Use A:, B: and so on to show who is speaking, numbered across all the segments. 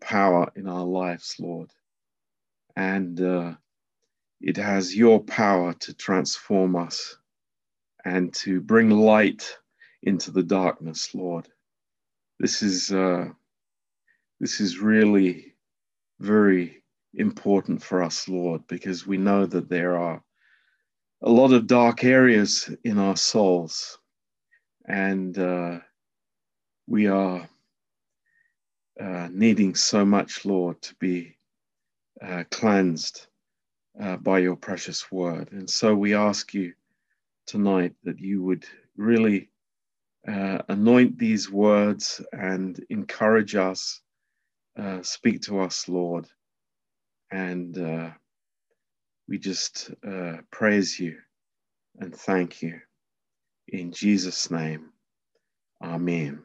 A: power in our lives, Lord. And uh, it has your power to transform us and to bring light into the darkness, Lord. This is, uh, this is really very important for us, Lord, because we know that there are a lot of dark areas in our souls, and uh, we are uh, needing so much, Lord, to be uh, cleansed uh, by your precious word. And so we ask you tonight that you would really uh, anoint these words and encourage us, uh, speak to us, Lord, and uh, we just uh, praise you and thank you. In Jesus' name, Amen.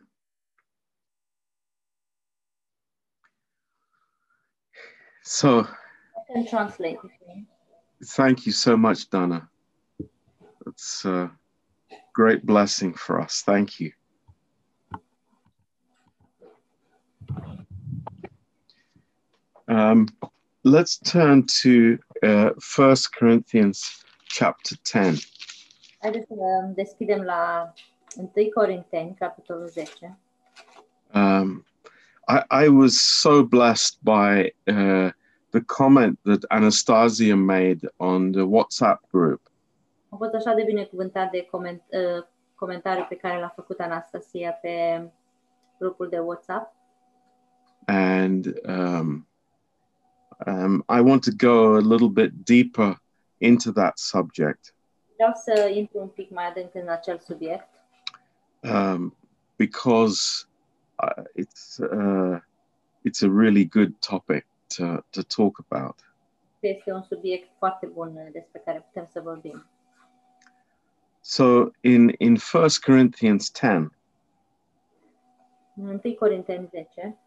A: So,
B: I can translate.
A: thank you so much, Donna. It's a great blessing for us. Thank you. Um, let's turn to First uh, Corinthians chapter 10.
B: Haideți să deschidem la 1 Corinteni, capitolul 10.
A: Um, I, I, was so blessed by uh, the comment that Anastasia made on the WhatsApp group.
B: Am fost așa de binecuvântat de coment, uh, comentariul pe care l-a făcut Anastasia pe grupul de WhatsApp.
A: And um, um, I want to go a little bit deeper into that subject.
B: Vreau să intru un pic mai adânc în acel subiect.
A: Um, because uh, it's uh, it's a really good topic to, to talk about.
B: Este un subiect foarte bun despre care putem să vorbim.
A: So in in 1 Corinthians 10.
B: În 1 Corinteni 10.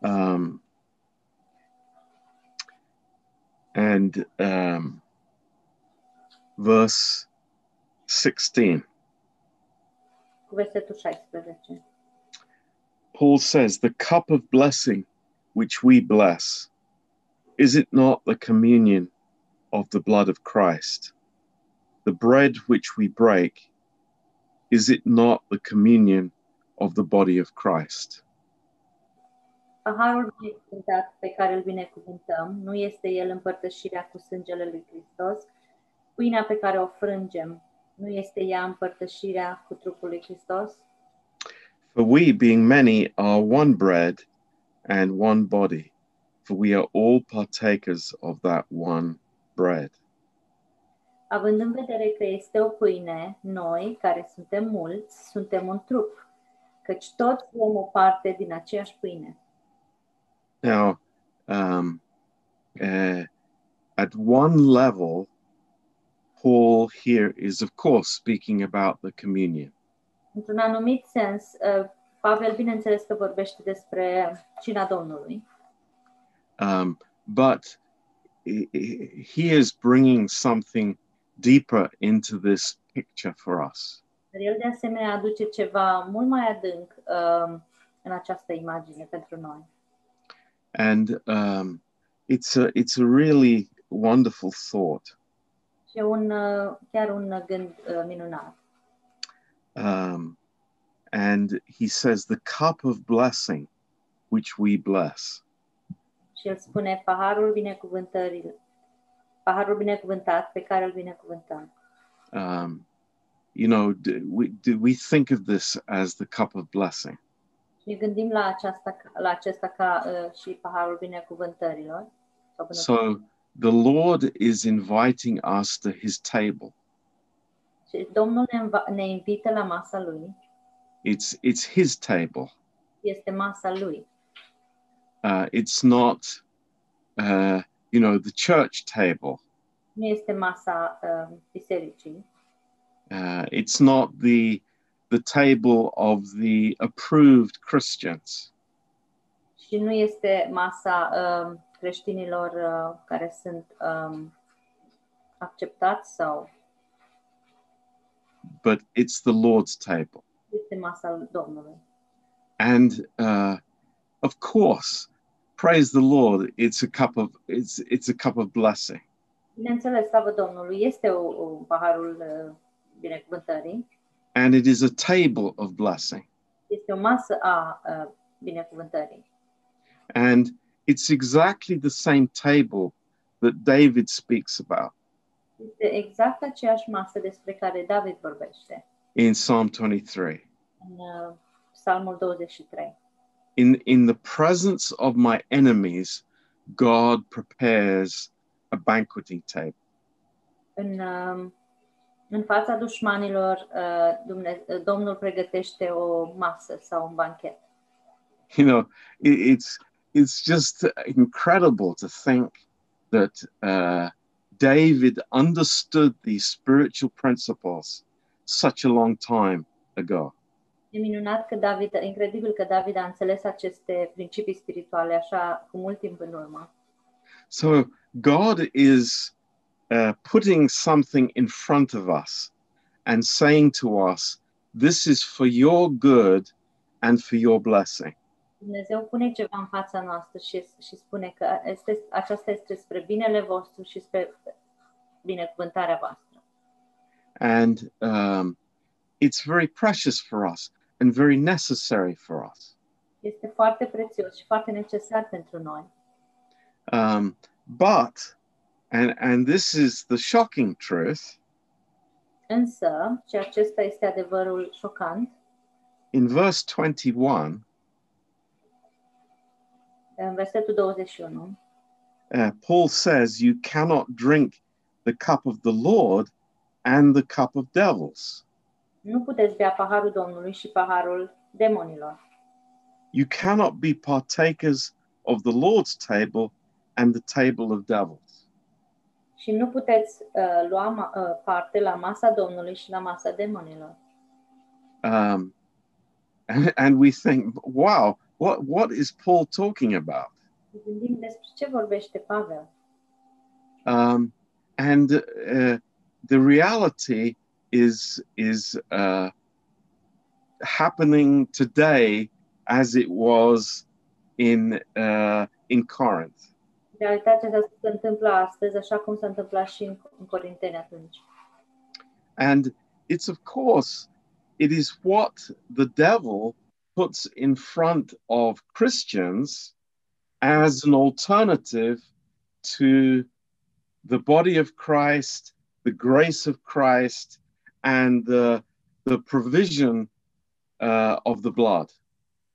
A: Um, and um, verse 16.
B: Versetul 16.
A: Paul says, The cup of blessing which we bless, is it not the communion of the blood of Christ? The bread which we break, is it not the communion of the body of Christ?
B: Paharul binecuvântat pe care îl binecuvântăm nu este el împărtășirea cu sângele lui Hristos? Pâinea pe care o frângem nu este ea împărtășirea cu trupul lui Hristos?
A: For we, being many, are one bread and one body, for we are all partakers of that one bread.
B: Având în vedere că este o pâine, noi, care suntem mulți, suntem un trup, căci toți luăm o parte din aceeași pâine.
A: Now, um, uh, at one level, Paul here is, of course, speaking about the communion.
B: Într-un anumit sens, uh, Pavel, bineînțeles că vorbește despre cina Domnului,
A: Um, but he is bringing something deeper into this picture for us.
B: dar el de asemenea aduce ceva mult mai adânc uh, în această imagine pentru noi.
A: And um, it's, a, it's a really wonderful thought.
B: Și e un, uh, chiar un gând uh, minunat.
A: Um, and he says, the cup of blessing which we bless.
B: Și el spune paharul binecuvântării, paharul binecuvântat pe care îl binecuvântăm.
A: Um, you know, do we, do we think of this as the cup of blessing?
B: Și ne gândim la, aceasta, ca- la acesta ca uh, și paharul binecuvântărilor. Sau bună-
A: So the Lord is inviting us to his table.
B: Și Domnul ne, înva- ne invită la masa lui,
A: It's, it's his table.
B: este masa lui.
A: Uh, it's not, uh, you know, the church table.
B: Nu este masa uh, bisericii,
A: Uh, it's not the the table of the approved Christians.
B: și nu este masa um, creștinilor uh, care sunt um, acceptați sau
A: but it's the Lord's table.
B: este masa Domnului.
A: And uh, of course, praise the Lord, it's a cup of it's it's a cup of blessing.
B: Bineînțeles, slavă Domnului, este o, o paharul uh, binecuvântării,
A: and it is a table of blessing.
B: este o masă a uh, binecuvântării.
A: And it's exactly the same table that David speaks about
B: Este exact aceeași masă despre care David vorbește
A: in Psalm 23.
B: în uh, Psalmul 23.
A: In, in the presence of my enemies, God prepares a banqueting table.
B: În, uh, în fața dușmanilor, uh, Dumne- Domnul pregătește o masă sau un banchet.
A: You know, it, it's, it's just incredible to think that uh, David understood these spiritual principles such a long time ago.
B: E minunat că David, incredibil că David a înțeles aceste principii spirituale așa cu mult timp în urmă.
A: So God is uh, putting something in front of us and saying to us, This is for your good and for your blessing.
B: Dumnezeu pune ceva în fața noastră și, și spune că este, aceasta este spre binele vostru și spre binecuvântarea voastră.
A: And um, it's very precious for us and very necessary for us.
B: Este foarte prețios și foarte necesar pentru noi.
A: Um, but, and, and this is the shocking truth,
B: Însă, și acesta este adevărul șocant,
A: in verse 21,
B: în versetul 21,
A: uh, Paul says, You cannot drink the cup of the Lord and the cup of devils.
B: nu puteți bea paharul Domnului și paharul demonilor.
A: you cannot be partakers of the Lord's table and the table of devils.
B: Și nu puteți uh, lua ma- uh, parte la masa Domnului și la masa demonilor.
A: Um, and, and we think, wow, what, what is Paul talking about?
B: Ne Gândim despre ce vorbește Pavel.
A: Um, and uh, the reality is, is uh, happening today as it was in, uh, in Corinth.
B: Realitatea asta se întâmplă astăzi, așa cum s-a întâmplat și în, în Corinteni atunci.
A: And it's, of course, it is what the devil puts in front of Christians as an alternative to the body of Christ, the grace of Christ, and the, the provision uh, of the blood.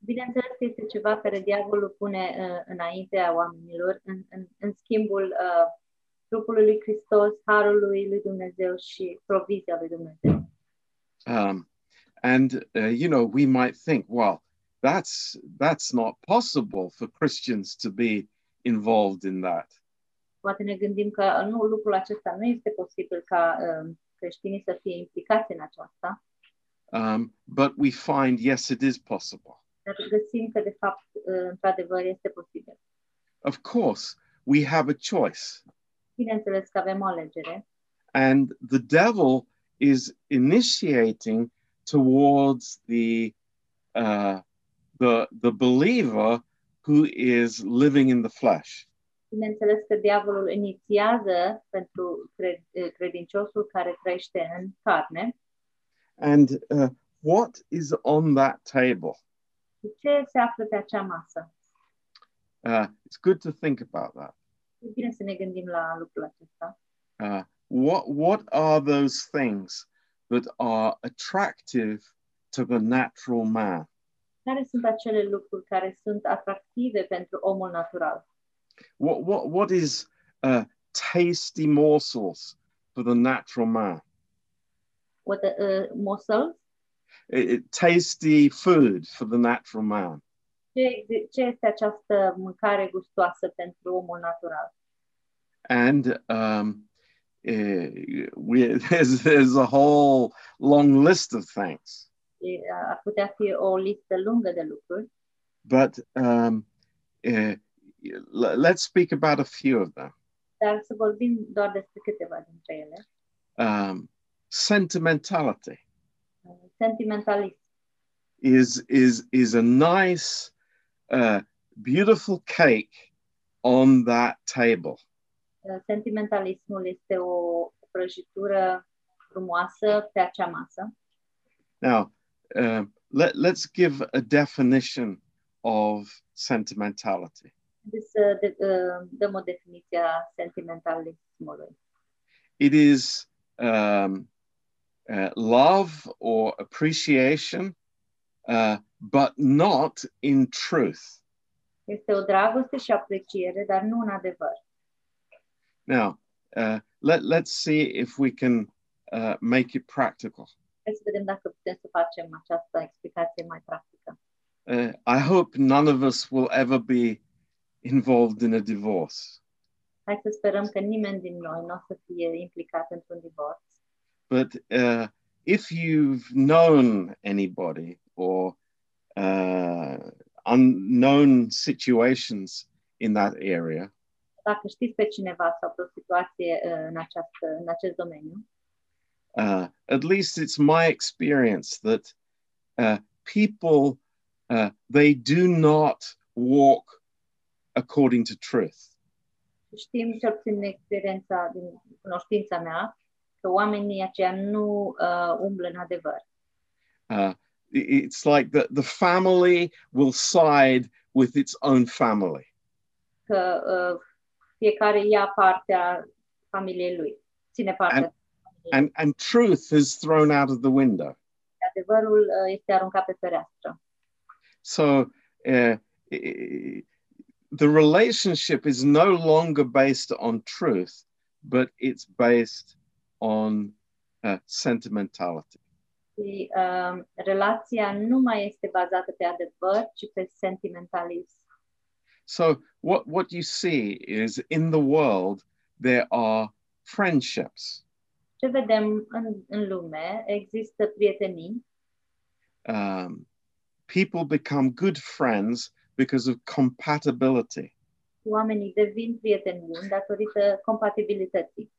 B: Bineînțeles că este ceva care diavolul pune uh, înaintea oamenilor în, în, în schimbul uh, trupului lui Hristos, harului lui Dumnezeu și provizia lui Dumnezeu.
A: Um, and uh, you know, we might think, well, that's that's not possible for Christians to be involved in that.
B: Poate ne gândim că nu, lucrul acesta nu este posibil ca uh, creștinii să fie implicați în aceasta,
A: Um, but we find, yes, it is possible.
B: dar găsim că, de fapt, uh, într-adevăr, este posibil.
A: Of course, we have a choice.
B: Bineînțeles că avem o alegere,
A: And the devil is initiating towards the, uh, the, the believer who is living in the flesh.
B: Bineînțeles că diavolul inițiază pentru cre- ă, credinciosul care crește în carne.
A: And uh, what is on that table?
B: Și Ce se află pe acea masă?
A: Uh, it's good to think about that.
B: E bine să ne gândim la lucrul acesta.
A: Uh, what, what are those things that are attractive to the natural man?
B: Care sunt acele lucruri care sunt atractive pentru omul natural?
A: What what what is uh, tasty morsels for the natural man?
B: What, uh, muscle?
A: It- it- tasty food for the natural man.
B: Ce, ce este această mâncare gustoasă pentru omul natural?
A: And um, eh, we, there's there's a whole long list of things.
B: E, ar putea fi o listă lungă de lucruri,
A: But um, eh, l- let's speak about a few of them.
B: dar să vorbim doar despre câteva dintre ele.
A: Um, sentimentality
B: Sentimentalist
A: is is is a nice uh, beautiful cake on that table.
B: Uh, Sentimentalismul este o prăjitură frumoasă pe acea masă.
A: Now, um, let, let's give a definition of sentimentality.
B: Deci să de, uh, dăm o definiție a sentimentalismului.
A: It is um, uh, love or appreciation, uh, but not in truth.
B: Este o dragoste și apreciere, dar nu în adevăr.
A: Now, uh, let, let's see if we can uh, make it practical.
B: Hai să vedem dacă putem să facem această explicație mai practică.
A: Uh, I hope none of us will ever be involved in a divorce,
B: Hai să sperăm că nimeni din noi nu o să fie implicat într-un divorț.
A: but uh, if you've known anybody or uh, unknown situations in that area,
B: Dacă știți pe cineva sau pe o situație uh, în, această, în acest domeniu,
A: uh, at least it's my experience that uh, people uh, they do not walk according to truth.
B: știm cel puțin din experiența, din cunoștința mea, că oamenii aceia nu uh, umblă în adevăr.
A: Uh, i- it's like the, the family will side with its own family.
B: Că uh, fiecare ia partea familiei lui, ține partea.
A: And- And, and truth is thrown out of the window.
B: Adevărul uh, este aruncat pe fereastră.
A: So uh, i- i- the relationship is no longer based on truth, but it's based on uh, sentimentality.
B: Și uh, relația nu mai este bazată pe adevăr, ci pe sentimentalism.
A: So what what you see is in the world there are friendships.
B: Ce vedem în, în lume, există prietenii,
A: Um, people become good friends because of compatibility.
B: oamenii devin prieteni buni datorită compatibilității,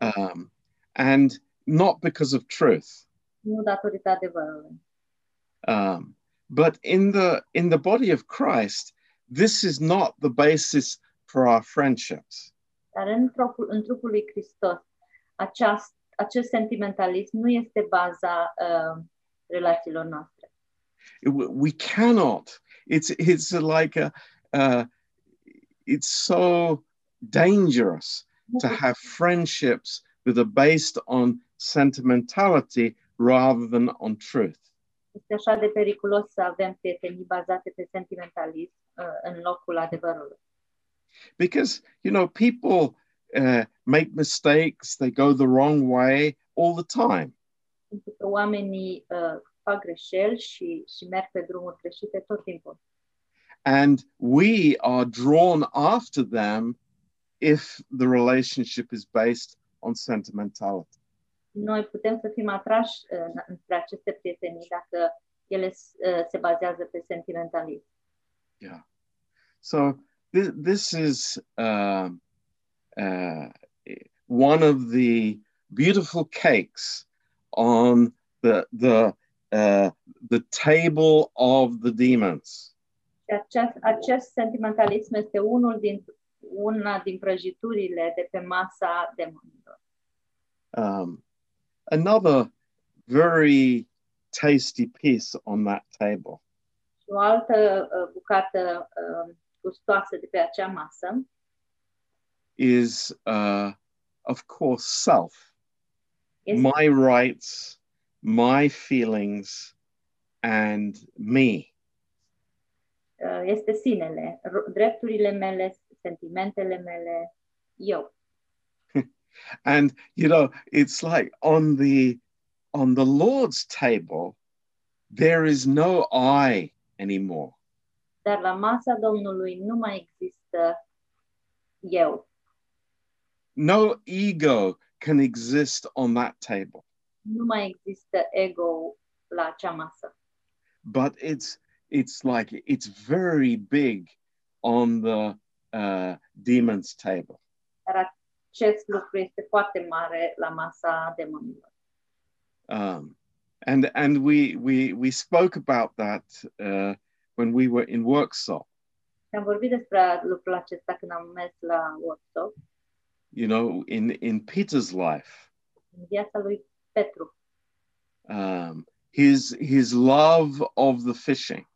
A: Um, and not because of truth.
B: nu datorită adevărului.
A: Um, but in the in the body of Christ, this is not the basis for our friendships.
B: Dar în trupul, în trupul lui Hristos, aceast, acest sentimentalism nu este baza uh, relațiilor noastre.
A: W- We cannot. It's it's like a uh, it's so dangerous
B: Nu
A: to
B: putem
A: have friendships that are based on sentimentality rather than on truth.
B: Este așa de periculos să avem prietenii bazate pe sentimentalism uh, în locul adevărului.
A: Because, you know, people uh, make mistakes, they go the wrong way all the time.
B: Pentru că oamenii uh, fac greșeli și, și merg pe drumuri greșite tot timpul.
A: And we are drawn after them if the relationship is based on sentimentality.
B: Noi putem să fim atrași uh, înspre aceste prietenii dacă ele uh, se bazează pe sentimentalism.
A: So, thi- this is um, uh, one of the beautiful cakes on the the uh, the table of the demons.
B: Și acest, acest sentimentalism este unul din, una din prăjiturile de pe masa demonilor.
A: Um, another very tasty piece on that table
B: Și o altă uh, bucată uh, gustoasă de pe acea masă
A: is, uh, of course, self,
B: este
A: my rights, my feelings, and me.
B: uh, este sinele, ro- drepturile mele, sentimentele mele, eu.
A: and you know it's like on the on the lord's table there is no i anymore
B: Dar la masa Domnului nu mai există eu.
A: no ego can exist on that table
B: Nu mai există ego la acea masă.
A: but it's it's like it's very big on the uh, demon's table
B: Dar acest lucru este foarte mare la masa demonilor.
A: um, and and we we we spoke about that uh, when we were in workshop
B: Și am vorbit despre lucrul acesta când am mers la workshop,
A: You know, in, in Peter's life,
B: în viața lui Petru.
A: um, his, his love of the fishing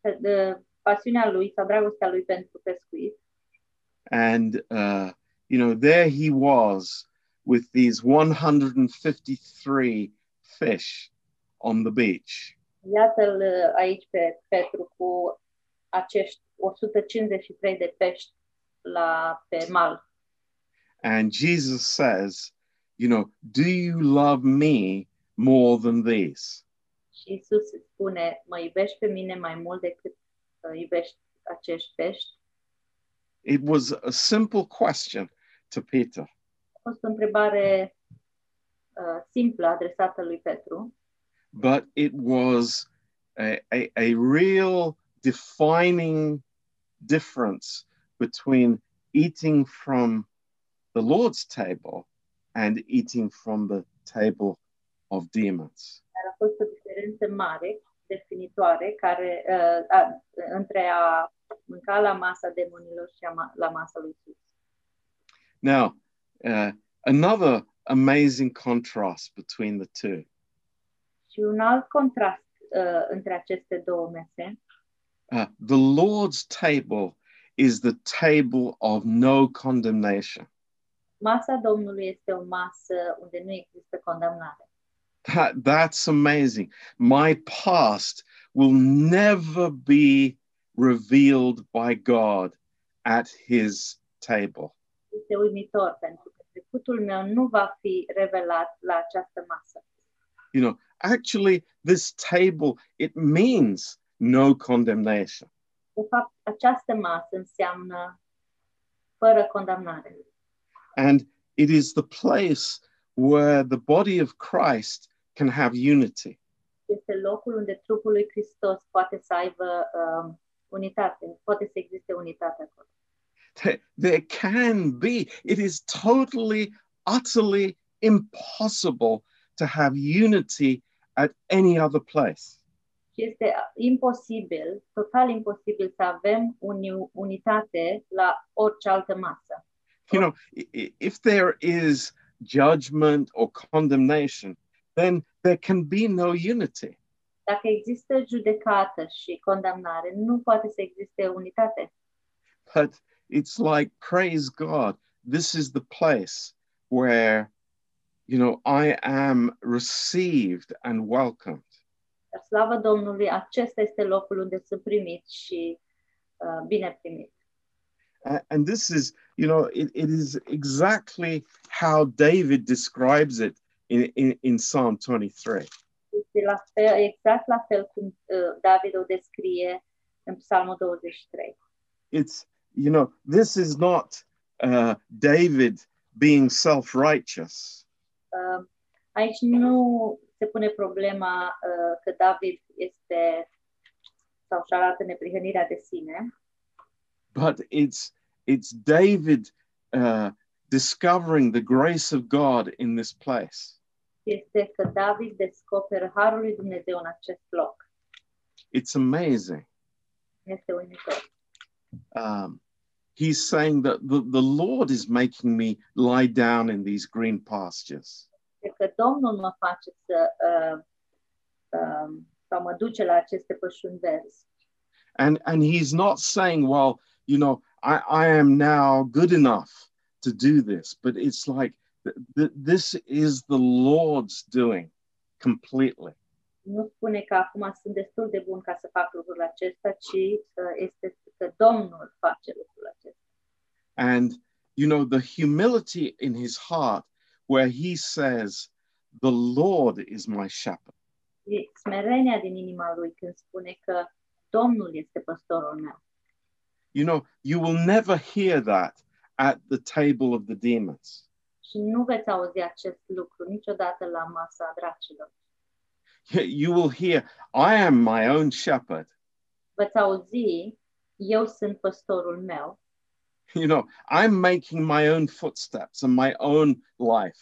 B: Pe- de- Pasiunea lui sau dragostea lui pentru pescuit.
A: and uh, you know there he was with these 153 fish on the beach
B: Iată-l uh, aici pe Petru cu acești 153 de pești la, pe mal.
A: and jesus says you know do you love me more than these
B: Și Isus îi spune, mă iubești pe mine mai mult decât uh, iubești acești pești.
A: it was a simple question to peter
B: A fost o întrebare uh, simplă adresată lui Petru,
A: but it was a, a, a real defining difference between eating from the Lord's table and eating from the table of demons.
B: dar a fost o diferență mare, definitoare, care uh, a, între a mânca la masa demonilor și a ma, la masa lui Isus.
A: Now, uh, another amazing contrast between the two
B: Și un alt contrast uh, între aceste două mese,
A: Uh, the Lord's table is the table of no condemnation.
B: masa Domnului este o masă unde nu există condamnare.
A: That, that's amazing. My past will never be revealed by God at his table.
B: Este uimitor pentru că trecutul meu nu va fi revelat la această masă.
A: You know, actually, this table, it means no condemnation.
B: De fapt, această masă înseamnă fără condamnare.
A: And it is the place where the body of Christ can have unity.
B: Este locul unde trupul lui Hristos poate să aibă um, unitate, poate să existe unitate acolo.
A: There- There can be, it is totally, utterly impossible to have unity at any other place.
B: Și este imposibil, total imposibil să avem uni- unitate la orice altă masă.
A: you know i- i- if there is judgment or condemnation then there can be no unity
B: Dacă există judecată și condamnare, nu poate să existe unitate.
A: but it's like praise god this is the place where you know i am received and welcomed
B: Dar slavă Domnului, acesta este locul unde sunt primit și uh, bine primit.
A: A- and this is you know it, it is exactly how david describes it in, in, in psalm 23
B: Este la fel, exact la fel cum uh, David o descrie în Psalmul 23.
A: it's you know this is not uh, david being self-righteous
B: Uh, aici nu se pune problema uh, că David este sau și arată neprihănirea de sine,
A: but it's it's David uh, discovering the grace of God in this place.
B: este că David descoperă harul lui Dumnezeu în acest loc.
A: It's amazing.
B: Este uimitor.
A: Um, he's saying that the, the Lord is making me lie down in these green pastures.
B: Este că Domnul mă face să uh, uh, sau mă duce la aceste pășuni verzi.
A: And and he's not saying, well, you know, I, I am now good enough to do this, but it's like th- th- this is the Lord's doing completely.
B: nu spune că acum sunt destul de bun ca să fac lucrul acesta, ci uh, este că Domnul face lucrul acesta.
A: and you know the humility in his heart where he says the lord is my shepherd
B: E smerenia din inima lui când spune că Domnul este păstorul meu.
A: you know you will never hear that at the table of the demons
B: Și nu veți auzi acest lucru niciodată la masa dracilor.
A: you will hear i am my own shepherd
B: Veți auzi, eu sunt păstorul meu,
A: you know i'm making my own footsteps and my own life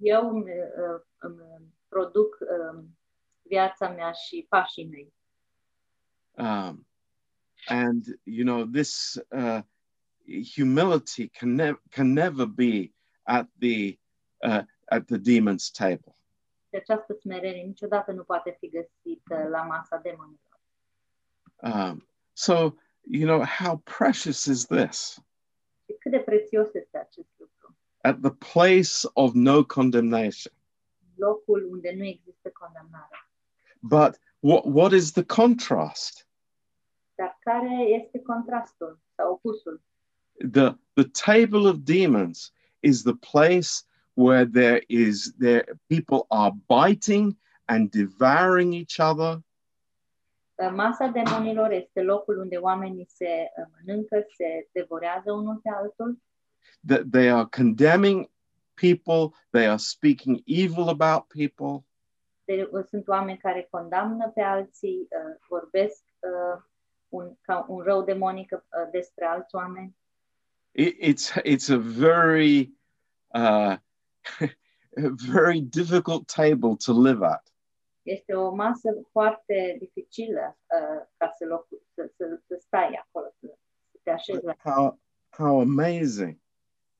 B: eu îmi, uh, îmi produc um, uh, viața mea și pașii mei.
A: um, And you know, this uh, humility can never can never be at the uh, at the demon's table.
B: Și Deci această smerenie niciodată nu poate fi găsită la masa demonilor.
A: Um, so you know how precious is this
B: Și cât de prețios este acest lucru.
A: at the place of no condemnation.
B: Locul unde nu există condamnare.
A: But what what is the contrast?
B: Dar care este contrastul sau opusul?
A: the the table of demons is the place where there is there people are biting and devouring each other
B: Masa demonilor este locul unde oamenii se uh, mănâncă, se devorează unul pe altul,
A: that they are condemning people they are speaking evil about people
B: de, uh, sunt oameni care condamnă pe alții, uh, vorbesc uh, un, ca un rău demonic uh, despre alți oameni.
A: It- it's it's a very uh, a very difficult table to live at
B: Este o masă foarte dificilă uh, ca să, loc, să, să, să stai acolo, să, să te așezi. La...
A: But how how amazing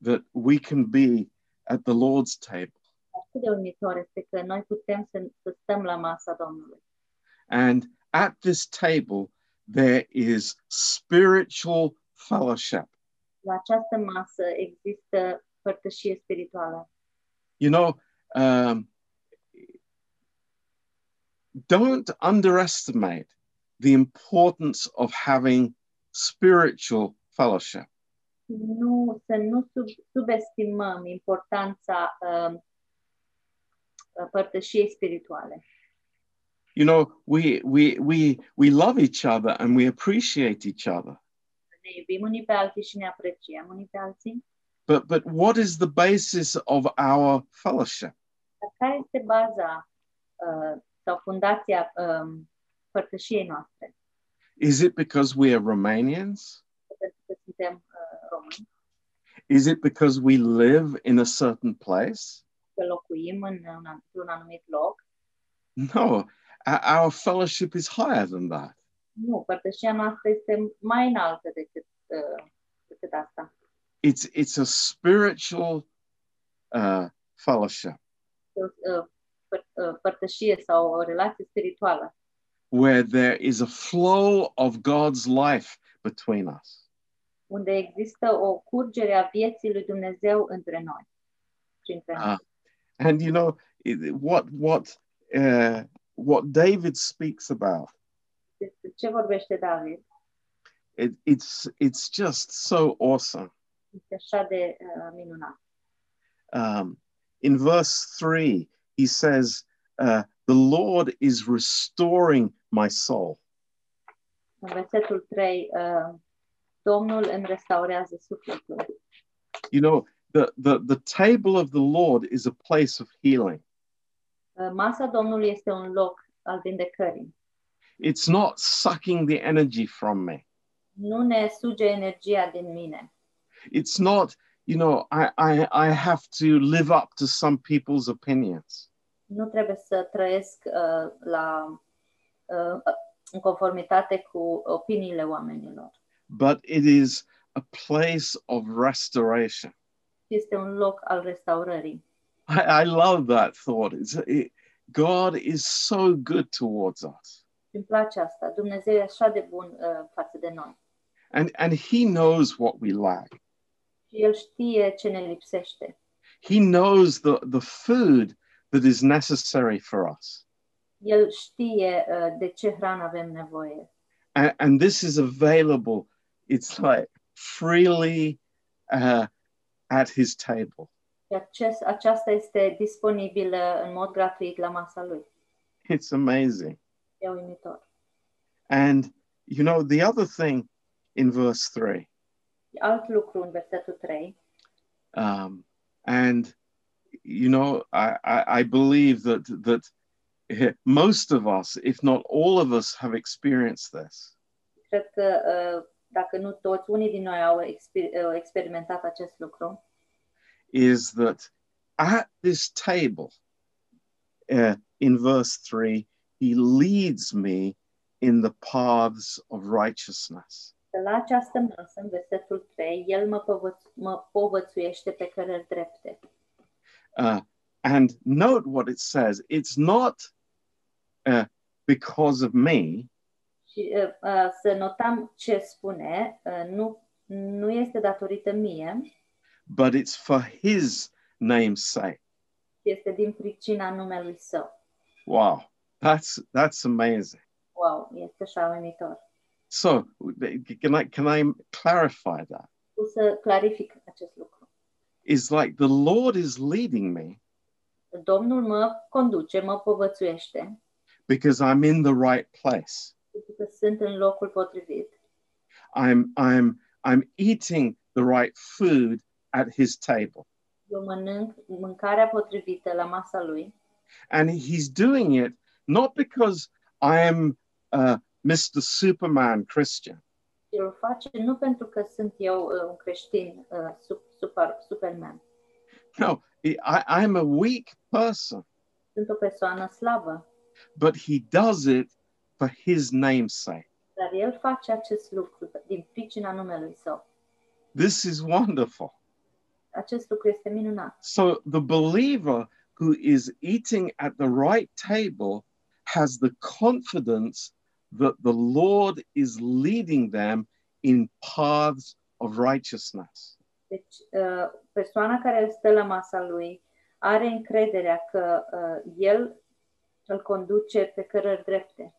A: that we can be at the lord's table
B: Cât de uimitor este că noi putem să, să stăm la masa Domnului.
A: And at this table, there is spiritual fellowship.
B: La această masă există părtășie spirituală.
A: You know, um, don't underestimate the importance of having spiritual fellowship.
B: Nu, să nu sub, subestimăm importanța uh, părtășiei spirituale.
A: You know, we we we we love each other and we appreciate each other.
B: ne iubim unii pe alții și ne apreciem unii pe alții.
A: But but what is the basis of our fellowship?
B: Dar care este baza uh, sau fundația um, părtășiei noastre?
A: Is it because we are Romanians?
B: Pentru că suntem uh, români,
A: Is it because we live in a certain place?
B: că locuim în un, într-un anumit loc.
A: No, our, our fellowship is higher than that.
B: Nu, părtășia noastră este mai înaltă decât, uh, decât asta.
A: It's it's a spiritual uh, fellowship
B: Este o uh, păr- uh, părtășie sau o relație spirituală
A: where there is a flow of God's life between us.
B: unde există o curgere a vieții lui Dumnezeu între noi. Printre noi.
A: Ah. And you know it- what what uh, what David speaks about.
B: Despre ce vorbește David?
A: It, it's it's just so awesome.
B: Este așa de uh, minunat.
A: Um, in verse three, he says, uh, "The Lord is restoring my soul."
B: În versetul 3, uh, Domnul îmi restaurează sufletul.
A: You know, the, the, the table of the Lord is a place of healing.
B: Uh, masa Domnului este un loc al vindecării.
A: It's not sucking the energy from me.
B: Nu ne suge energia din mine.
A: It's not, you know, I, I, I have to live up to some people's opinions.
B: Nu trebuie să trăiesc uh, la, uh, în conformitate cu opiniile oamenilor.
A: But it is a place of restoration.
B: Este un loc al restaurării.
A: I, I love that thought. It's, it, God is so good towards us.
B: Îmi place asta. Dumnezeu e așa de bun uh, față de noi.
A: And, and He knows what we lack.
B: Și El știe ce ne lipsește.
A: He knows the, the food that is necessary for us.
B: El știe uh, de ce hrană avem nevoie.
A: and, and this is available it's like freely uh, at his table
B: Și acces, aceasta este disponibilă în mod gratuit la masa lui.
A: it's amazing
B: E uimitor.
A: and you know the other thing in verse 3
B: Alt lucru în versetul 3,
A: um, and you know I, I, I believe that that eh, most of us if not all of us have experienced this
B: cred că uh, dacă nu toți, unii din noi au exper- au experimentat acest lucru,
A: is that at this table, uh, in verse 3, he leads me in the paths of righteousness.
B: De la această masă, în versetul 3, el mă, povăț- mă povățuiește pe cărări drepte.
A: Uh, and note what it says it's not uh, because of me,
B: Și uh, uh, să notăm ce spune, uh, nu, nu este datorită mie,
A: but it's for his name's sake.
B: este din pricina numelui său.
A: Wow, that's that's amazing.
B: Wow, este așa uimitor.
A: So can I can I clarify that?
B: O să clarific acest lucru.
A: Is like the Lord is leading me
B: Domnul mă conduce, mă povățuiește,
A: because I'm in the right place.
B: pentru că sunt în locul potrivit.
A: I'm I'm I'm eating the right food at his table.
B: Eu mănânc mâncarea potrivită la masa lui
A: And he's doing it not because I am uh, Mr. Superman Christian,
B: și o face nu pentru că sunt eu uh, un creștin uh, sup, super, superman.
A: I, I'm a weak person,
B: Sunt o persoană slabă,
A: but he does it for his name's sake.
B: dar el face acest lucru din pricina numelui său.
A: This is wonderful.
B: Acest lucru este minunat.
A: So the believer who is eating at the right table has the confidence that the Lord is leading them in paths of righteousness.
B: Deci, uh, persoana care stă la masa lui are încrederea că uh, el îl conduce pe cărări drepte.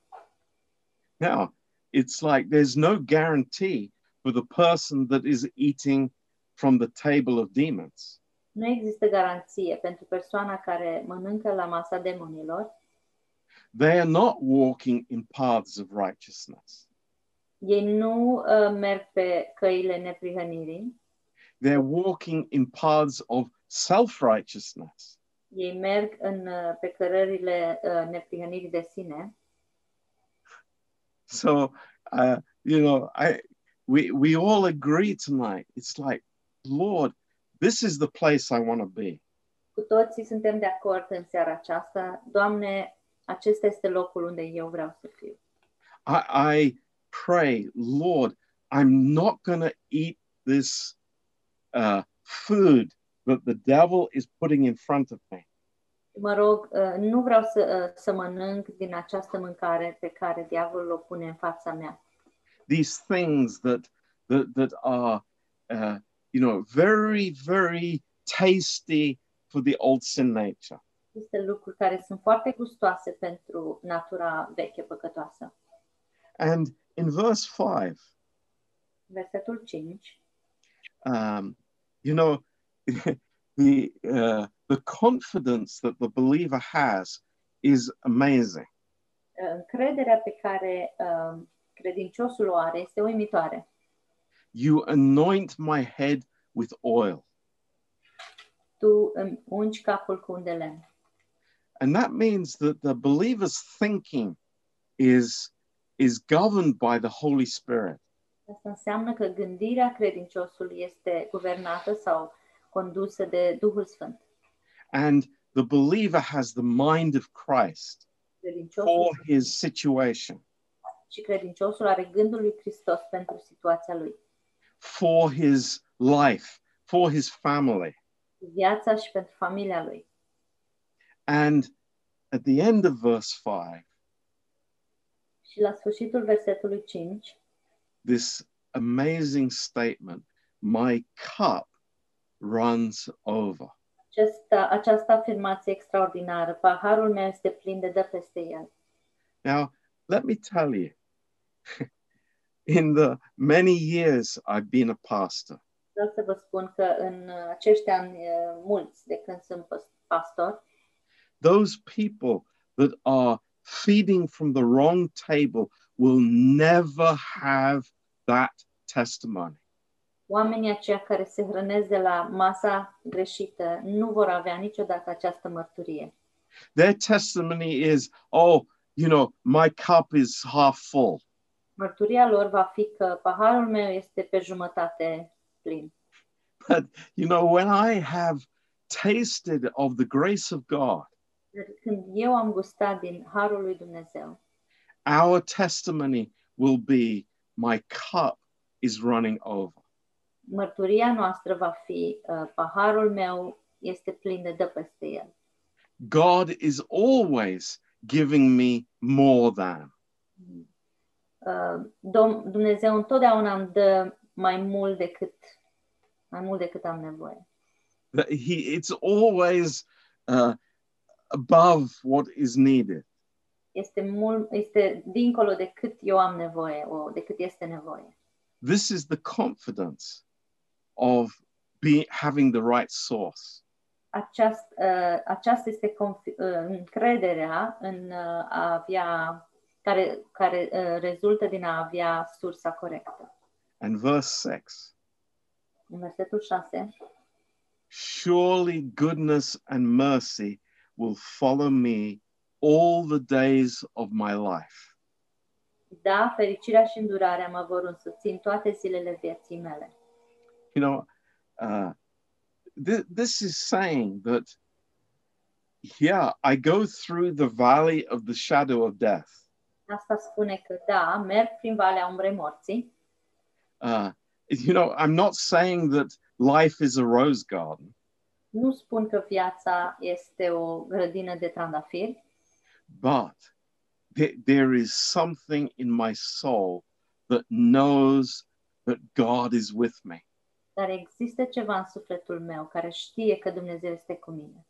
A: Now, it's like there's no guarantee for the person that is eating from the table of demons.
B: Nu există garanție pentru persoana care mănâncă la masa demonilor.
A: They are not walking in paths of righteousness.
B: Ei nu uh, merg pe căile neprihănirii,
A: They're walking in paths of self righteousness.
B: ei merg în, uh, pe cărările uh, neprihănirii de sine.
A: So, uh, you know, I we we all agree tonight. It's like, Lord, this is the place I want to be.
B: Cu toții suntem de acord în seara aceasta. Doamne, acesta este locul unde eu vreau să fiu.
A: I, I pray, Lord, I'm not going to eat this uh, food that the devil is putting in front of me.
B: Mă rog, uh, nu vreau să, uh, să mănânc din această mâncare pe care diavolul o pune în fața mea.
A: These things that that that are, uh, you know, very very tasty for the old sin nature.
B: Este lucruri care sunt foarte gustoase pentru natura veche păcătoasă.
A: And in verse five,
B: Versetul 5.
A: um, you know, the uh, the confidence that the believer has is amazing.
B: uh, Încrederea pe care uh, credinciosul o are este uimitoare.
A: You anoint my head with oil,
B: Tu îmi ungi capul cu un de lemn.
A: and that means that the believer's thinking is is governed by the Holy Spirit.
B: Asta înseamnă că gândirea credinciosului este guvernată sau condusă de Duhul Sfânt.
A: And the believer has the mind of Christ for
B: Credinciosul
A: his situation,
B: și credinciosul are gândul lui Hristos pentru situația lui.
A: for his life, for his family.
B: viața și pentru familia lui.
A: And at the end of verse 5,
B: Și la sfârșitul versetului 5,
A: this amazing statement my cup runs over
B: acesta, această afirmație extraordinară, paharul meu este plin de dă peste el.
A: now let me tell you in the many years i've been a pastor
B: Vreau să vă spun că în uh, acești ani uh, mulți de când sunt păs- pastor,
A: those people that are feeding from the wrong table will never have that testimony
B: oamenii aceia care se hrănesc de la masa greșită nu vor avea niciodată această mărturie.
A: their testimony is oh you know my cup is half full
B: Mărturia lor va fi că paharul meu este pe jumătate plin.
A: you know when i have tasted of the grace of god
B: Dar Când eu am gustat din harul lui Dumnezeu,
A: our testimony will be my cup is running over.
B: Mărturia noastră va fi, uh, paharul meu este plin de dă peste el.
A: God is always giving me more than.
B: Uh, Dom- Dumnezeu întotdeauna îmi dă mai mult decât mai mult decât am nevoie.
A: That he it's always uh, above what is needed.
B: Este mult este dincolo de cât eu am nevoie, o, de cât este nevoie.
A: This is the confidence of being having the right source.
B: Aceast, uh, aceasta este confi- uh, încrederea în uh, a avea care, care uh, rezultă din a avea sursa corectă.
A: And verse 6.
B: În versetul 6,
A: Surely goodness and mercy will follow me all the days of my life,
B: da, fericirea și îndurarea mă vor însuți în toate zilele vieții mele.
A: you know, uh, th- this is saying that, yeah, I go through the valley of the shadow of death,
B: Asta spune că da, merg prin valea umbrei morții.
A: uh, you know, I'm not saying that life is a rose garden,
B: Nu spun că viața este o grădină de trandafiri,
A: but th- there is something in my soul that knows that God is with me.
B: dar există ceva în sufletul meu care știe că Dumnezeu este cu mine.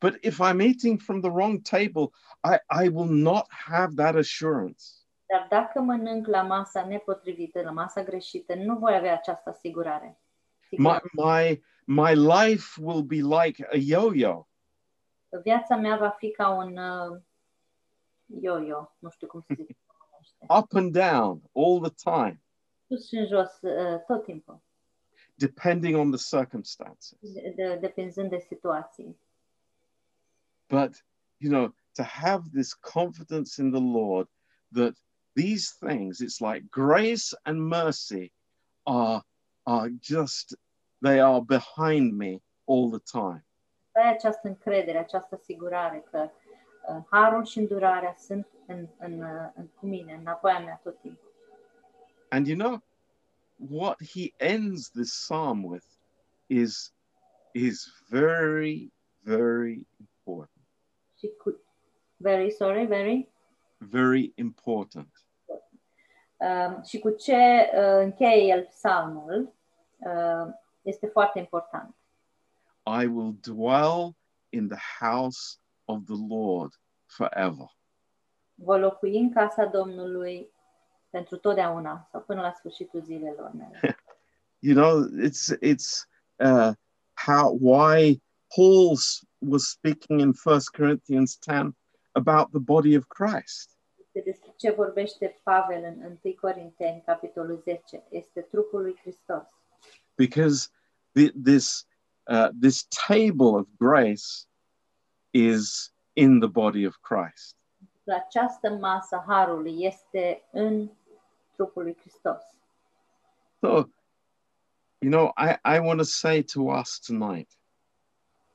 A: But if I'm eating from the wrong table, I, I will not have that assurance.
B: Dar dacă mănânc la masa nepotrivită, la masa greșită, nu voi avea această asigurare.
A: My,
B: Sigur,
A: my, my life will be like a yo yo.
B: viața mea va fi ca un uh, yo-yo, nu știu cum se zice.
A: up and down all the time,
B: Sus și în jos, uh, tot timpul,
A: depending on the circumstances.
B: de, de, depinzând de situații.
A: But, you know, to have this confidence in the Lord that these things, it's like grace and mercy are, are just, they are behind me all the time.
B: Să ai această încredere, această asigurare că uh, harul și îndurarea sunt în, în, uh, în, cu mine, înapoi a mea tot timpul.
A: And you know, what he ends this psalm with is, is very, very important.
B: Și cu... Very sorry, very.
A: Very important.
B: Um, și cu ce uh, încheie el psalmul uh, este foarte important.
A: I will dwell in the house of the Lord forever.
B: Voi locui în casa Domnului pentru totdeauna sau până la sfârșitul zilelor mele.
A: You know, it's it's uh, how why Paul s- was speaking in First Corinthians 10 about the body of Christ.
B: Este despre ce vorbește Pavel în 1 Corinteni, capitolul 10. Este trupul lui Hristos.
A: because thi- this uh, this table of grace is in the body of Christ.
B: La această masă a harului este în trupul lui Hristos.
A: So, you know, I, I want to say to us tonight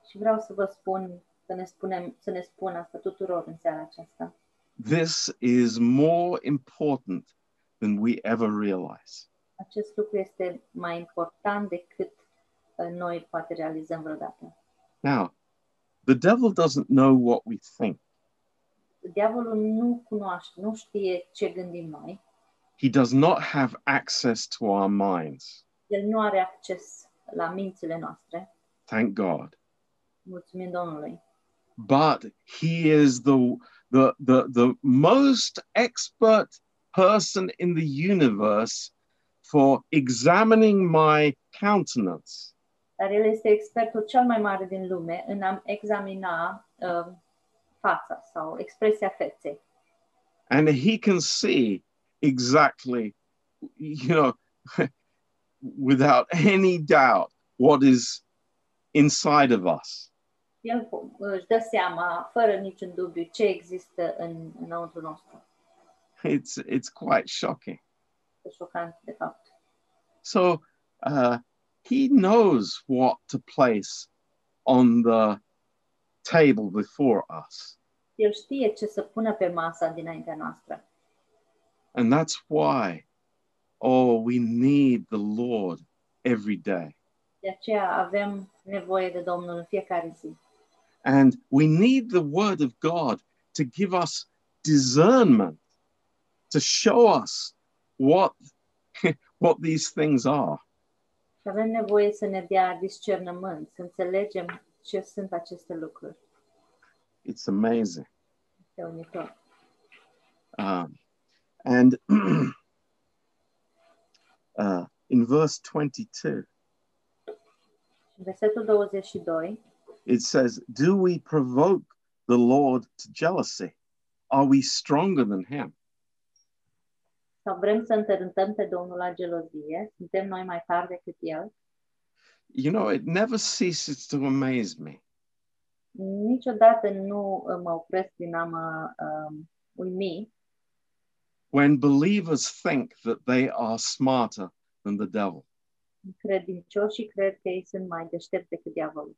B: Și vreau să vă spun, să ne, spunem, să ne spun asta tuturor în seara aceasta.
A: this is more important than we ever realize.
B: acest lucru este mai important decât uh, noi poate realizăm vreodată.
A: Now, the devil doesn't know what we think.
B: Diavolul nu cunoaște, nu știe ce gândim noi.
A: He does not have access to our minds.
B: El nu are acces la mințile noastre,
A: Thank God.
B: mulțumim Domnului.
A: But he is the the the, the most expert person in the universe for examining my countenance
B: Dar el este expertul cel mai mare din lume în a examina uh, fața sau expresia feței.
A: and he can see exactly you know without any doubt what is inside of us
B: El po- își dă seama, fără niciun dubiu, ce există în, înăuntru nostru.
A: it's it's quite shocking
B: E șocant, de fapt.
A: so uh, he knows what to place on the table before us
B: El știe ce să pună pe masa dinaintea noastră.
A: And that's why, oh, we need the Lord every day.
B: De aceea avem nevoie de Domnul în fiecare zi.
A: And we need the Word of God to give us discernment, to show us what, what these things are.
B: Și avem nevoie să ne dea discernământ, să înțelegem ce sunt aceste lucruri.
A: It's amazing.
B: Este unitor.
A: Um, and uh, in verse 22,
B: În versetul 22,
A: it says, Do we provoke the Lord to jealousy? Are we stronger than him?
B: sau vrem să întărântăm pe Domnul la gelozie, suntem noi mai tari decât El,
A: You know, it never ceases to amaze me
B: niciodată nu uh, mă opresc din a mă um, uimi
A: when believers think that they are smarter than the devil,
B: credincioșii cred că ei sunt mai deștepți decât diavolul.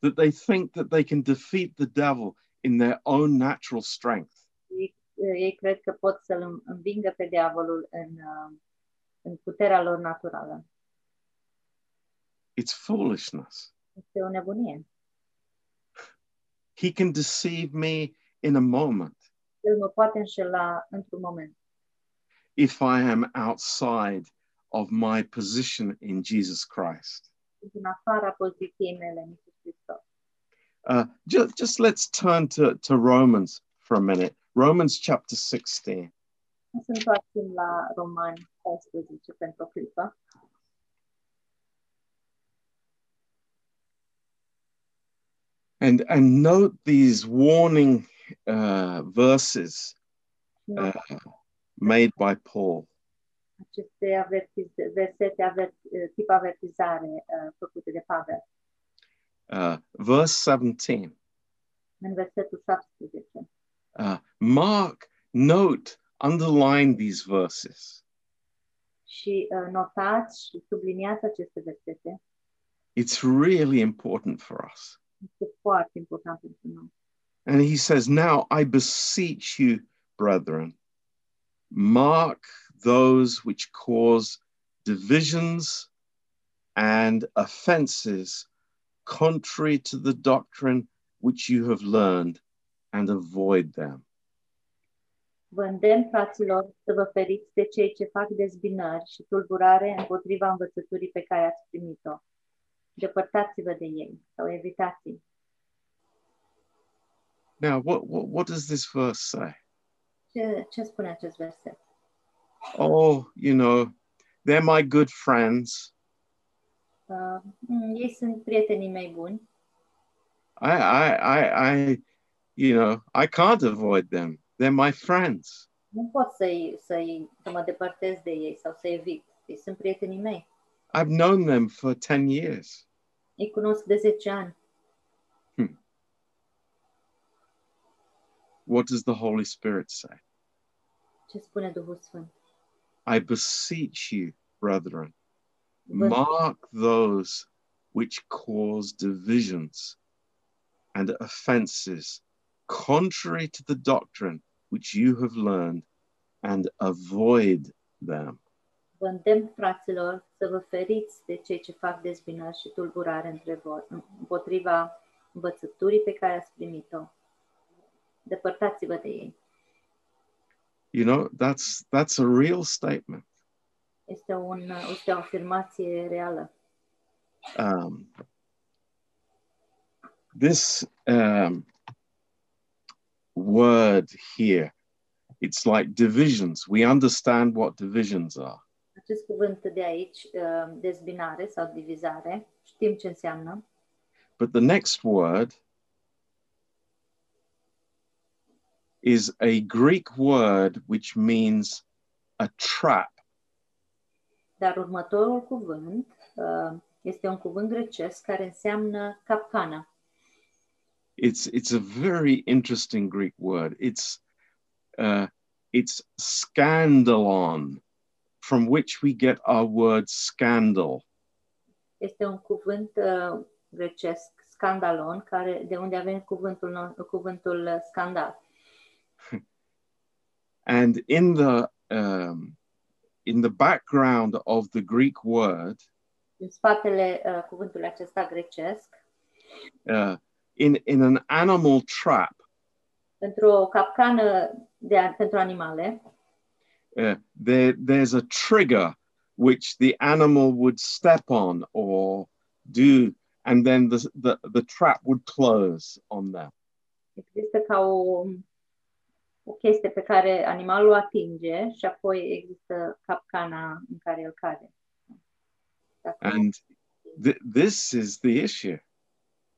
A: that they think that they can defeat the devil in their own natural strength.
B: Ei, ei cred că pot să-l în- învingă pe diavolul în, uh, în puterea lor naturală.
A: It's foolishness.
B: Este o nebunie.
A: He can deceive me in a moment
B: El mă poate înșela într-un moment,
A: if I am outside of my position in Jesus Christ.
B: din afara poziției mele în Iisus Hristos.
A: Uh, just, just let's turn to, to Romans for a minute. Romans chapter 16.
B: Nu sunt întoarcem la Romani 16 pentru o clipă.
A: And, and note these warning uh, verses
B: Nu.
A: uh, made by Paul.
B: aceste avertiz- versete aver- uh, tip avertizare uh, făcute de Pavel
A: Uh, verse 17.
B: în versetul 17.
A: Uh, mark, note, underline these verses.
B: Și uh, notați și subliniați aceste versete.
A: It's really important for us.
B: Este foarte important pentru noi.
A: And he says, Now I beseech you, brethren, mark those which cause divisions and offenses contrary to the doctrine which you have learned and avoid them.
B: Vă îndemn, fraților, să vă feriți de cei ce fac dezbinări și tulburare împotriva învățăturii pe care ați primit-o. Depărtați-vă de ei sau evitați
A: Now, what, what, what does this verse say?
B: ce, ce spune acest verset?
A: Oh, you know, they're my good friends.
B: Uh, mm, ei sunt prietenii mei buni,
A: I, I, I, I, you know, I can't avoid them. They're my friends.
B: nu pot să-i, să-i, să mă depărtez de ei sau să evit. Ei sunt prietenii mei.
A: I've known them for 10 years.
B: Îi cunosc de 10 ani.
A: What does the Holy Spirit say?
B: Ce spune Duhul Sfânt?
A: I beseech you, brethren,
B: Vă,
A: mark those which cause divisions and offenses contrary to the doctrine which you have learned and avoid them.
B: vă îndemn, fraților, să vă feriți de cei ce fac dezbinări și tulburare între voi, împotriva învățăturii pe care ați primit-o. Depărtați-vă de ei.
A: You know, that's that's a real statement.
B: Este, un, este o afirmație reală.
A: um, this um, word here it's like divisions we understand what divisions are
B: Acest cuvânt de aici, uh, dezbinare sau divizare, știm ce înseamnă,
A: but the next word is a greek word which means a trap
B: dar următorul cuvânt uh, este un cuvânt grecesc care înseamnă capcană.
A: it's it's a very interesting greek word it's uh, it's scandalon from which we get our word scandal
B: Este un cuvânt uh, grecesc, scandalon, care, de unde avem cuvântul, no- cuvântul uh, scandal.
A: And in the um, in the background of the Greek word,
B: în spatele uh, cuvântului acesta grecesc,
A: uh, in, in an animal trap,
B: într-o capcană de, a- pentru animale,
A: uh, there, there's a trigger which the animal would step on or do, and then the, the, the trap would close on them.
B: există ca o, o chestie pe care animalul o atinge și apoi există capcana în care el cade. Dacă-
A: And th- this is the issue.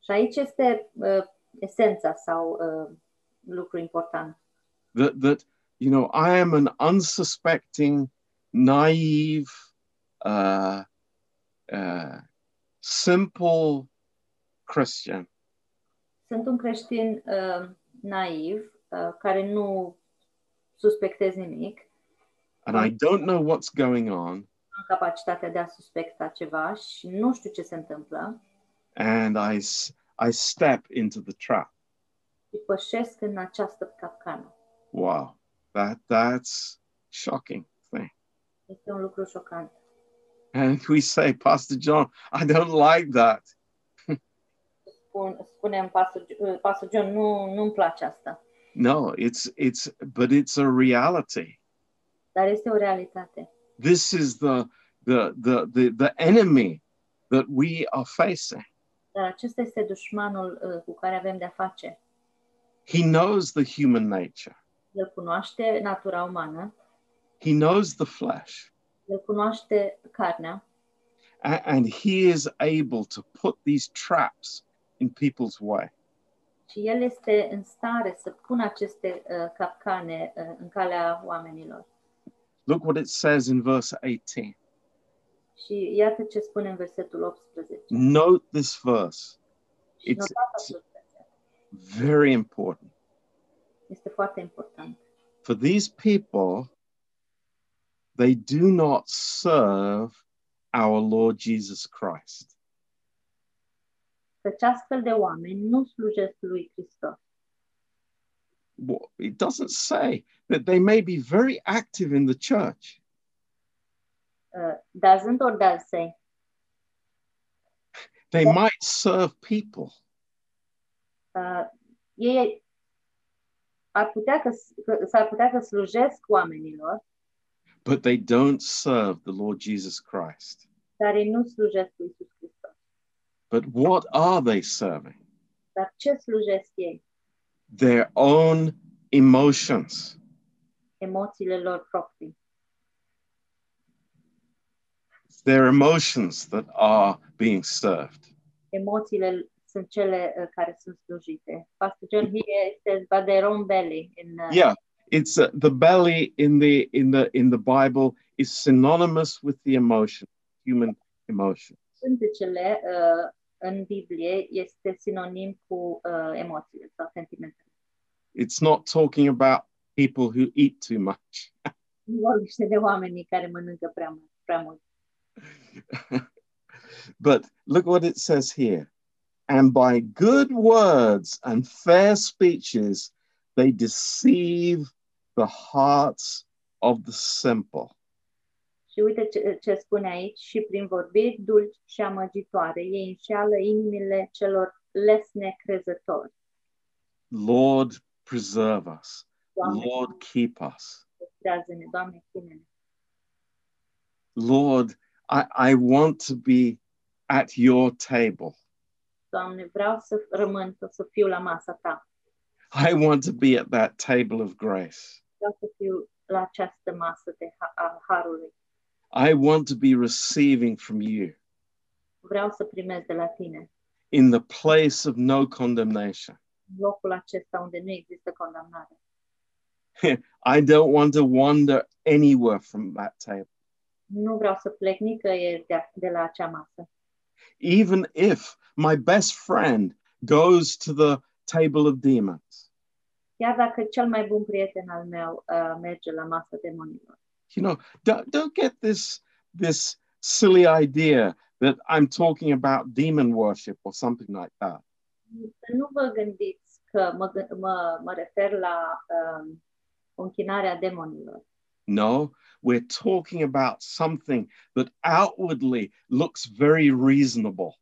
B: Și aici este uh, esența sau uh, lucru important.
A: that that you know I am an unsuspecting, naive, uh, uh, simple Christian,
B: Sunt un creștin uh, naiv uh, care nu suspectez nimic,
A: and I don't know what's going on,
B: am capacitatea de a suspecta ceva și nu știu ce se întâmplă
A: and I s- I step into the trap.
B: și pășesc în această capcană.
A: Wow, that that's shocking thing.
B: Este un lucru șocant.
A: And we say, Pastor John, I don't like that.
B: Spun, spuneam pastor, uh, pastor John, nu, nu-mi place asta,
A: No, it's it's but it's a reality.
B: dar este o realitate.
A: This is the the the the, the enemy that we are facing.
B: Dar acesta este dușmanul uh, cu care avem de-a face.
A: He knows the human nature.
B: El cunoaște natura umană,
A: He knows the flesh.
B: el cunoaște carnea
A: a- And he is able to put these traps in people's way.
B: și el este în stare să pună aceste uh, capcane uh, în calea oamenilor.
A: Look what it says in verse 18.
B: Și iată ce spune în versetul 18.
A: Note this verse,
B: Și
A: Mm, It's-
B: notați acest verset.
A: very important.
B: Este foarte important.
A: For these people, they do not serve our Lord Jesus Christ.
B: Căci astfel de oameni nu slujesc lui Hristos.
A: Wha- It doesn't say that they may be very active in the church,
B: Uh, doesn't or does say,
A: they might serve people.
B: uh, ei ar putea că, că, s-ar putea că slujesc oamenilor,
A: but they don't serve the Lord Jesus Christ.
B: dar ei nu slujesc lui Iisus Hristos.
A: But what are they serving?
B: Dar ce slujesc ei?
A: Their own emotions.
B: Emoțiile lor proprii.
A: It's Their emotions that are being served.
B: Emoțiile sunt cele uh, care sunt slujite. Pastor John here says, but their own belly. In, uh,
A: Yeah, it's uh, the belly in the in the in the Bible is synonymous with the emotion, human emotion.
B: Cântecele uh, în Biblie este sinonim cu uh, emoțiile sau sentimentele.
A: It's not talking about people who eat too much.
B: Nu vorbește de oamenii care mănâncă prea mult. Prea mult.
A: But look what it says here. And by good words and fair speeches, they deceive the hearts of the simple.
B: Și uite ce, ce spune aici, și prin vorbiri dulci și amăgitoare, ei înșeală inimile celor lesne crezători.
A: Lord, preserve us.
B: Doamne,
A: Lord, keep us.
B: păstrează-ne, Doamne, ține
A: Lord, I, I want to be at your table.
B: Doamne, vreau să rămân, să fiu la masa Ta.
A: I want to be at that table of grace.
B: Vreau să fiu la această masă de ha- a Harului.
A: I want to be receiving from you
B: Vreau să primesc de la Tine
A: in the place of no condemnation.
B: în locul acesta unde nu există condamnare.
A: I don't want to wander anywhere from that table,
B: Nu vreau să plec nicăieri de, de la acea masă.
A: even if my best friend goes to the table of demons.
B: Chiar dacă cel mai bun prieten al meu uh, merge la masă demonilor.
A: You know, don't, don't get this, this silly idea that I'm talking about demon worship or something like that.
B: Să nu vă gândiți că mă, gân- mă, mă refer la um, închinarea demonilor.
A: No, we're talking about something that outwardly looks very reasonable.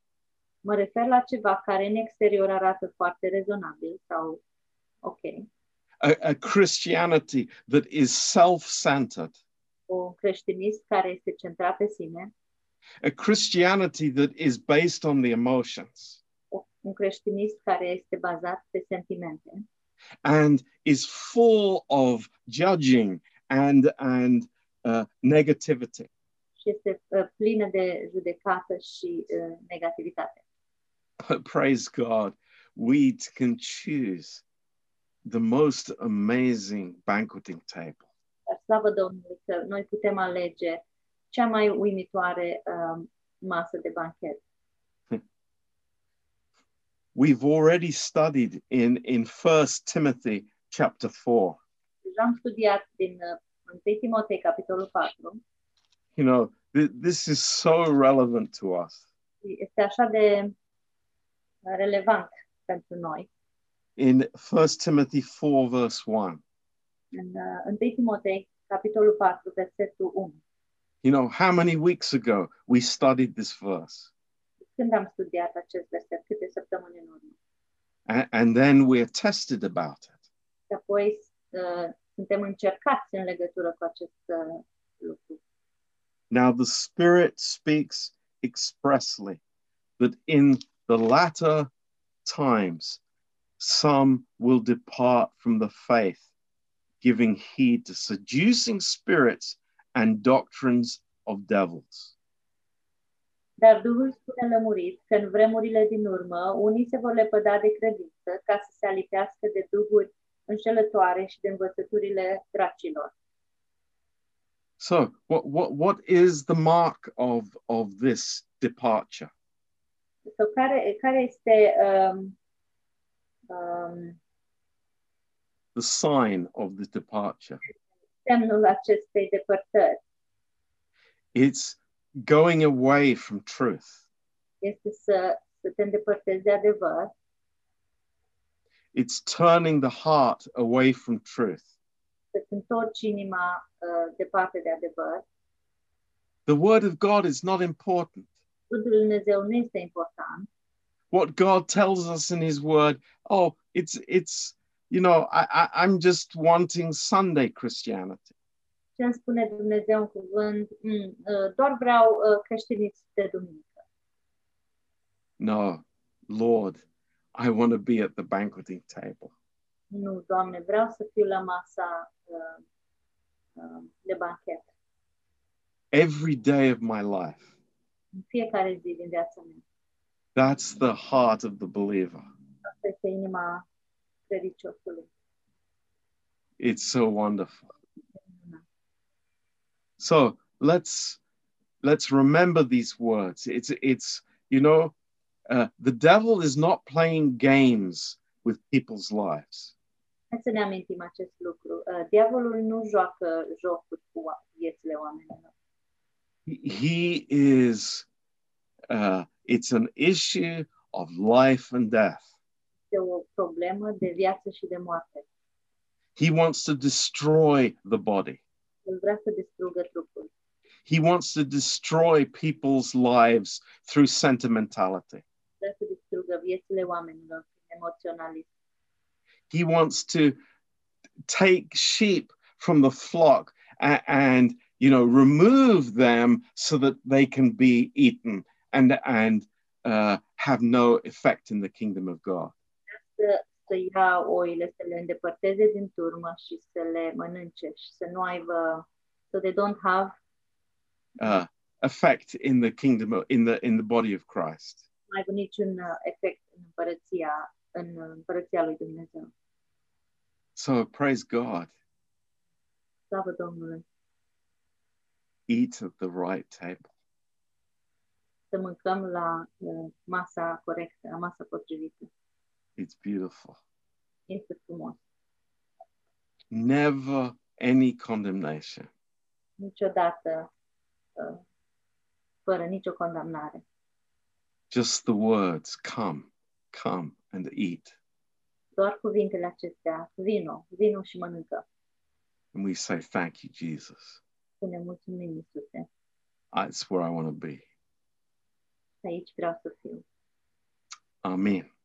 B: Mă refer la ceva care în exterior arată foarte rezonabil sau ok,
A: A, a Christianity that is self centered,
B: un creștinism care este centrat pe sine,
A: a Christianity that is based on the emotions
B: o- un creștinism care este bazat pe sentimente
A: and is full of judging and, and uh, negativity.
B: și este uh, plină de judecată și uh, negativitate.
A: But praise God, we t- can choose the most amazing banqueting table.
B: Dar slavă Domnului că noi putem alege cea mai uimitoare um, masă de banchet.
A: We've already studied in, in 1 Timothy chapter 4.
B: Deja am studiat din uh, 1 Timotei, capitolul 4,
A: You know, th- this is so relevant to us.
B: și este așa de uh, relevant pentru noi.
A: In 1 Timothy 4, verse 1,
B: În uh, 1 Timotei, capitolul 4, versetul 1.
A: you know, how many weeks ago we studied this verse?
B: Când am studiat acest verset, câte săptămâni în urmă.
A: A- and then we're tested about it.
B: Și apoi uh, suntem încercați în legătură cu acest uh, lucru.
A: Now the Spirit speaks expressly that in the latter times some will depart from the faith, giving heed to seducing spirits and doctrines of devils.
B: Dar Duhul spune lămurit că în vremurile din urmă unii se vor lepăda de credință ca să se alipească de duhuri înșelătoare și de învățăturile dracilor.
A: So, what, what, what is the mark of, of this departure?
B: So, care, care este um, um,
A: The sign of the departure?
B: semnul acestei depărtări?
A: It's going away from truth,
B: Este să, să te îndepărtezi de adevăr,
A: it's turning the heart away from truth.
B: să-ți întorci inima uh, departe de adevăr.
A: The word of God is not important.
B: Cuvântul Lui Dumnezeu nu este important.
A: What God tells us in His Word, oh, it's it's you know I, I I'm just wanting Sunday Christianity.
B: Ce îmi spune Dumnezeu în cuvânt? Mm, uh, doar vreau uh, creștinism de duminică.
A: No, Lord, I want to be at the banqueting table.
B: Nu, Doamne, vreau să fiu la masa uh, uh, de banchet
A: Every day of my life.
B: în fiecare zi din viața mea.
A: That's the heart of the believer.
B: Asta este inima credinciosului.
A: It's so wonderful. So let's let's remember these words. It's it's you know uh, the devil is not playing games with people's lives.
B: Hai să ne amintim acest lucru. Uh, diavolul nu joacă jocuri cu oa- viețile oamenilor.
A: He is uh, it's an issue of life and death.
B: Este o problemă de viață și de moarte.
A: He wants to destroy the body.
B: El vrea să distrugă trupul.
A: He wants to destroy people's lives through sentimentality.
B: Vrea să distrugă viețile oamenilor emoționalist.
A: He wants to take sheep from the flock and, and you know remove them so that they can be eaten and and uh, have no effect in the kingdom of God.
B: să, să ia oile, să le îndepărteze din turmă și să le mănânce și să nu aibă, so they don't have,
A: Uh, effect in the kingdom of, in the in the body of Christ.
B: nu aibă niciun uh, efect în împărăția, în uh, împărăția lui Dumnezeu.
A: So praise God,
B: Slavă Domnului!
A: eat at the right table.
B: Să mâncăm la uh, masa corectă, la masa potrivită.
A: It's beautiful.
B: Este frumos.
A: Never any condemnation.
B: Niciodată uh, fără nicio condamnare.
A: Just the words, come, come and eat.
B: Doar cuvintele acestea, vino, vino și mănâncă.
A: And we say, Thank you, Jesus.
B: Spune mulțumim, Iisuse,
A: That's where I want to be.
B: aici vreau să fiu.
A: Amen.